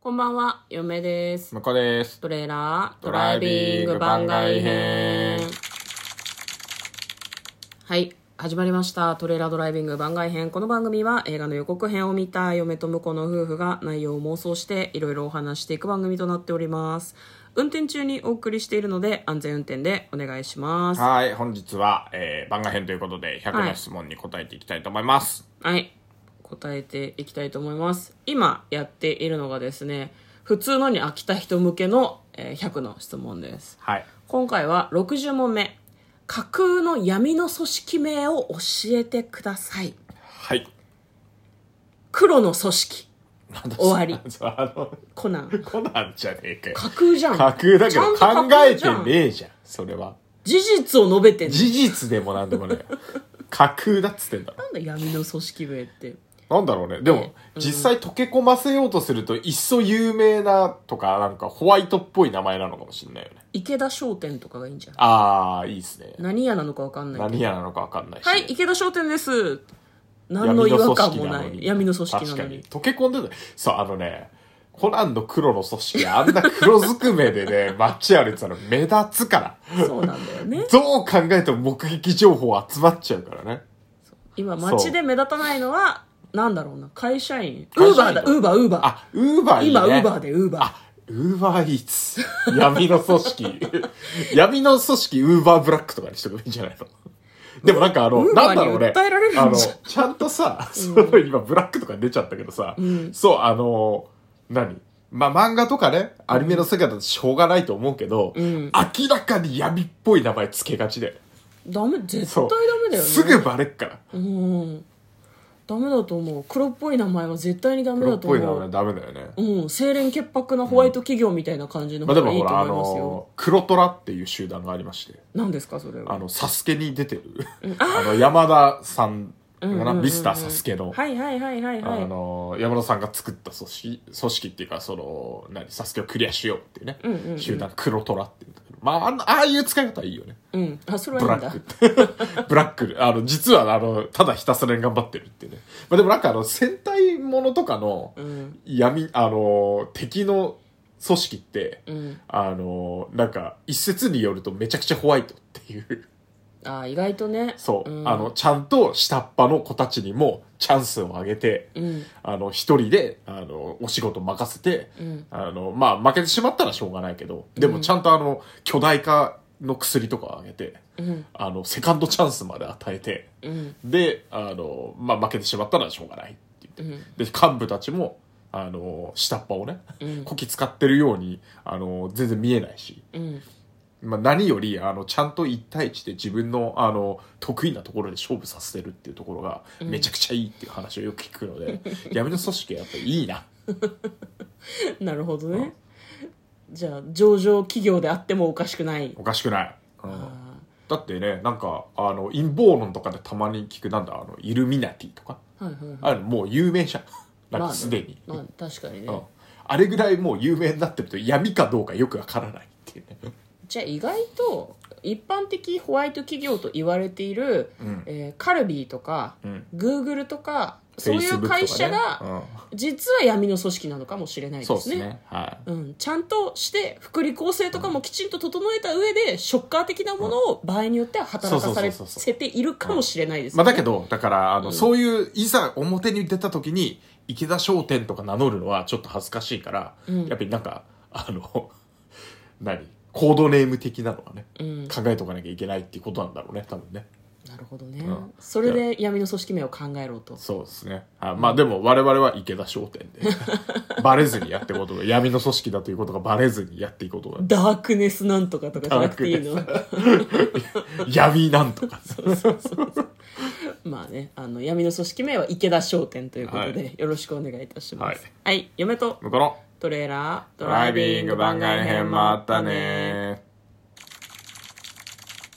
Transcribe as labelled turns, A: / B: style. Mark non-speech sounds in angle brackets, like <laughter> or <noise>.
A: こんばんは、嫁です。
B: 向こうです。
A: トレーラード
B: ド
A: ラ
B: ラ
A: イ
B: イ
A: ビ
B: ビ
A: ン
B: ン
A: グ
B: グ
A: 番
B: 番
A: 外
B: 外
A: 編
B: 編。
A: はい、始まりました。トレーラードライビング番外編。この番組は映画の予告編を見た嫁と婿の夫婦が内容を妄想していろいろお話していく番組となっております。運転中にお送りしているので安全運転でお願いします。は
B: はい、本日は、えー、番外編ということで、100
A: はい
B: の質問に答えていきたいと思います。
A: い、答えていきたいと思います。今やっているのがですね、普通のに飽きた人向けのえー100の質問です。
B: はい。
A: 今回は60問目架空の闇の組織名を教えてください
B: はい。
A: 黒の組織終わり
B: そうあの、
A: コナン
B: コナンじゃねえかよ。
A: 架空じゃん
B: 架空だけ
A: ちゃ
B: ど
A: んと
B: 考
A: 架
B: え
A: 空じ
B: て
A: ゃん
B: ねえじゃん、それは。
A: 事実を述べてんの
B: 事実でもなんでもね
A: <laughs>
B: えよ。架空だっつってんだろ。
A: なんだ闇の組織名って
B: なんだろうね。でも、実際溶け込ませようとすると、いっそ有名なとか、なんかホワイトっぽい名前なのかもしれないよね。
A: 池田商店とかがいいんじゃん
B: あー、いいっすね。
A: 何屋なのか分かんない
B: 何屋なのかわかんないしね、
A: はい池田商店です何の違和感もない闇の組織な
B: 確
A: の
B: か
A: に
B: に溶け込んでたそうあのねコナンの黒の組織あんな黒ずくめでね <laughs> 街歩いてたら目立つから
A: そうなんだよね
B: どう考えても目撃情報集まっちゃうからね
A: 今街で目立たないのはなんだろうな会社員ウ
B: 会
A: ーバ
B: 社
A: ー
B: 員
A: だウーバーウーバー
B: あウーバーいいね
A: 今ウーバーでウーバー
B: あウーバーイーツ闇の組織 <laughs> 闇の組織ウーバーブラックとかにしとけばいいんじゃないのでもなんかあの、
A: Uber
B: なんだろう
A: に
B: ね。
A: 訴えられるんじゃ
B: あ
A: ん
B: の、ちゃんとさ、その今ブラックとか出ちゃったけどさ、そう、あの、何まあ、漫画とかね、アニメの世界だとしょうがないと思うけど、
A: ん
B: 明らかに闇っぽい名前つけがちで。
A: ダメ絶
B: そ
A: 対
B: う。
A: ダメだよね
B: すぐバレっから。
A: うんダメだと思う黒っぽい名前は絶対にダメ
B: 黒
A: だ
B: っ
A: と
B: ぽ
A: 思
B: い名前は
A: う
B: ダメだよね。
A: うん清廉潔白なホワイト企業みたいな感じの
B: ま
A: 方
B: あ、で
A: が
B: も
A: いい
B: ほ
A: と
B: ら、あ
A: 思いますよ、
B: の、黒虎っていう集団がありまして、
A: 何ですかそれ
B: あ
A: は
B: の、サスケに出てる、 <laughs> あの、山田さんか
A: うんうんう
B: な、
A: んうん
B: ミスターサスケの。
A: はいはいはいはいは
B: あ
A: い
B: の山田さんが作った組織組織っていうかその何サスケをクリアしようっていうね、
A: うんうんうん
B: 集団黒虎っていうんだけどまああのああいう使い方はいいよね
A: うんあそれは
B: ブ
A: いいん
B: ラ
A: だ
B: ックって
A: <laughs>
B: ブラックあの実はあのただひたすらに頑張ってるっていうね、まあ、でもなんかあの戦隊ものとかの
A: うん
B: 闇あの敵の組織って、
A: うん
B: あのなんか一説によるとめちゃくちゃホワイトっていう
A: あ意外とね
B: そう、
A: ん
B: あのちゃんと下っ端の子たちにもチャンスをあげて、
A: うん
B: あの、一人で、あの、お仕事任せて、
A: うん
B: あの、まあ、負けてしまったらしょうがないけど、で
A: う
B: も
A: ん
B: ちゃんとあの、巨大化の薬とかあげて、
A: うん
B: あの、セカンドチャンスまで与えて、
A: うん
B: で、あの、まあ、負けてしまったらしょうがないって
A: う
B: 言って。
A: ん
B: で、幹部たちも、あの、下っ端をね、
A: うん
B: こき使ってるように、あの、全然見えないし、
A: うん <laughs>
B: まあ、何より、あの、ちゃんと一対一で自分の、あの、得意なところで勝負させてるっていうところが、めちゃくちゃいいっていう話をよく聞くので、 <laughs> 闇の組織はやっぱいいな。
A: なるほどねじゃあ上場企業であってもおかしくない
B: おかしくない。うん、
A: あ
B: だってね、なんか、あの、陰謀論とかでたまに聞く、なんだ、あの、イルミナティとか、
A: ーはいはいはい
B: あれもう有名じゃん。なん
A: まあね
B: かすでに。
A: まあ確かにね
B: うん。あれぐらいもう有名になってると闇かどうかよくわからないっていうね。
A: じゃあ意外と一般的ホワイト企業と言われている、
B: ん
A: えーカルビーとか、
B: ん
A: グーグルとかそういう会社
B: Facebook
A: が、
B: とかね
A: 実は闇の組織なのかもしれない
B: う
A: で
B: んそうですす
A: ね
B: ね。は
A: うん、ちゃんとして福利厚生とかもきちんと整えた上でショッカー的なものを場合によっては働かされ
B: そうそうそうそう
A: せているかもしれないで
B: い。
A: す
B: まあ
A: ね
B: だけど、だから、あの、そういう、いざ表に出た時に、池田商店とか名乗るのはちょっと恥ずかしいから、
A: うん
B: やっぱりなんか、あの、 <laughs> 何コードネーム的なのはね、
A: うん
B: 考えとかなきゃいけないっていうことなんだろうね、多分ね。
A: なるほどね、
B: うん
A: それで闇の組織名を考えろと
B: そうですね。あまあでも我々は池田商店で、 <laughs> バレずにやっていこうとか、闇の組織だということがバレずにやっていこうとか、
A: ダークネスなんとかとかじゃなくていいの
B: 闇なんと <laughs> か。
A: まあね、あの闇の組織名は池田商店ということで、
B: は
A: よろしくお願いいたします。
B: はい
A: はい、嫁と
B: 向こうの
A: トレーラード
B: ドライビング番外編もあったね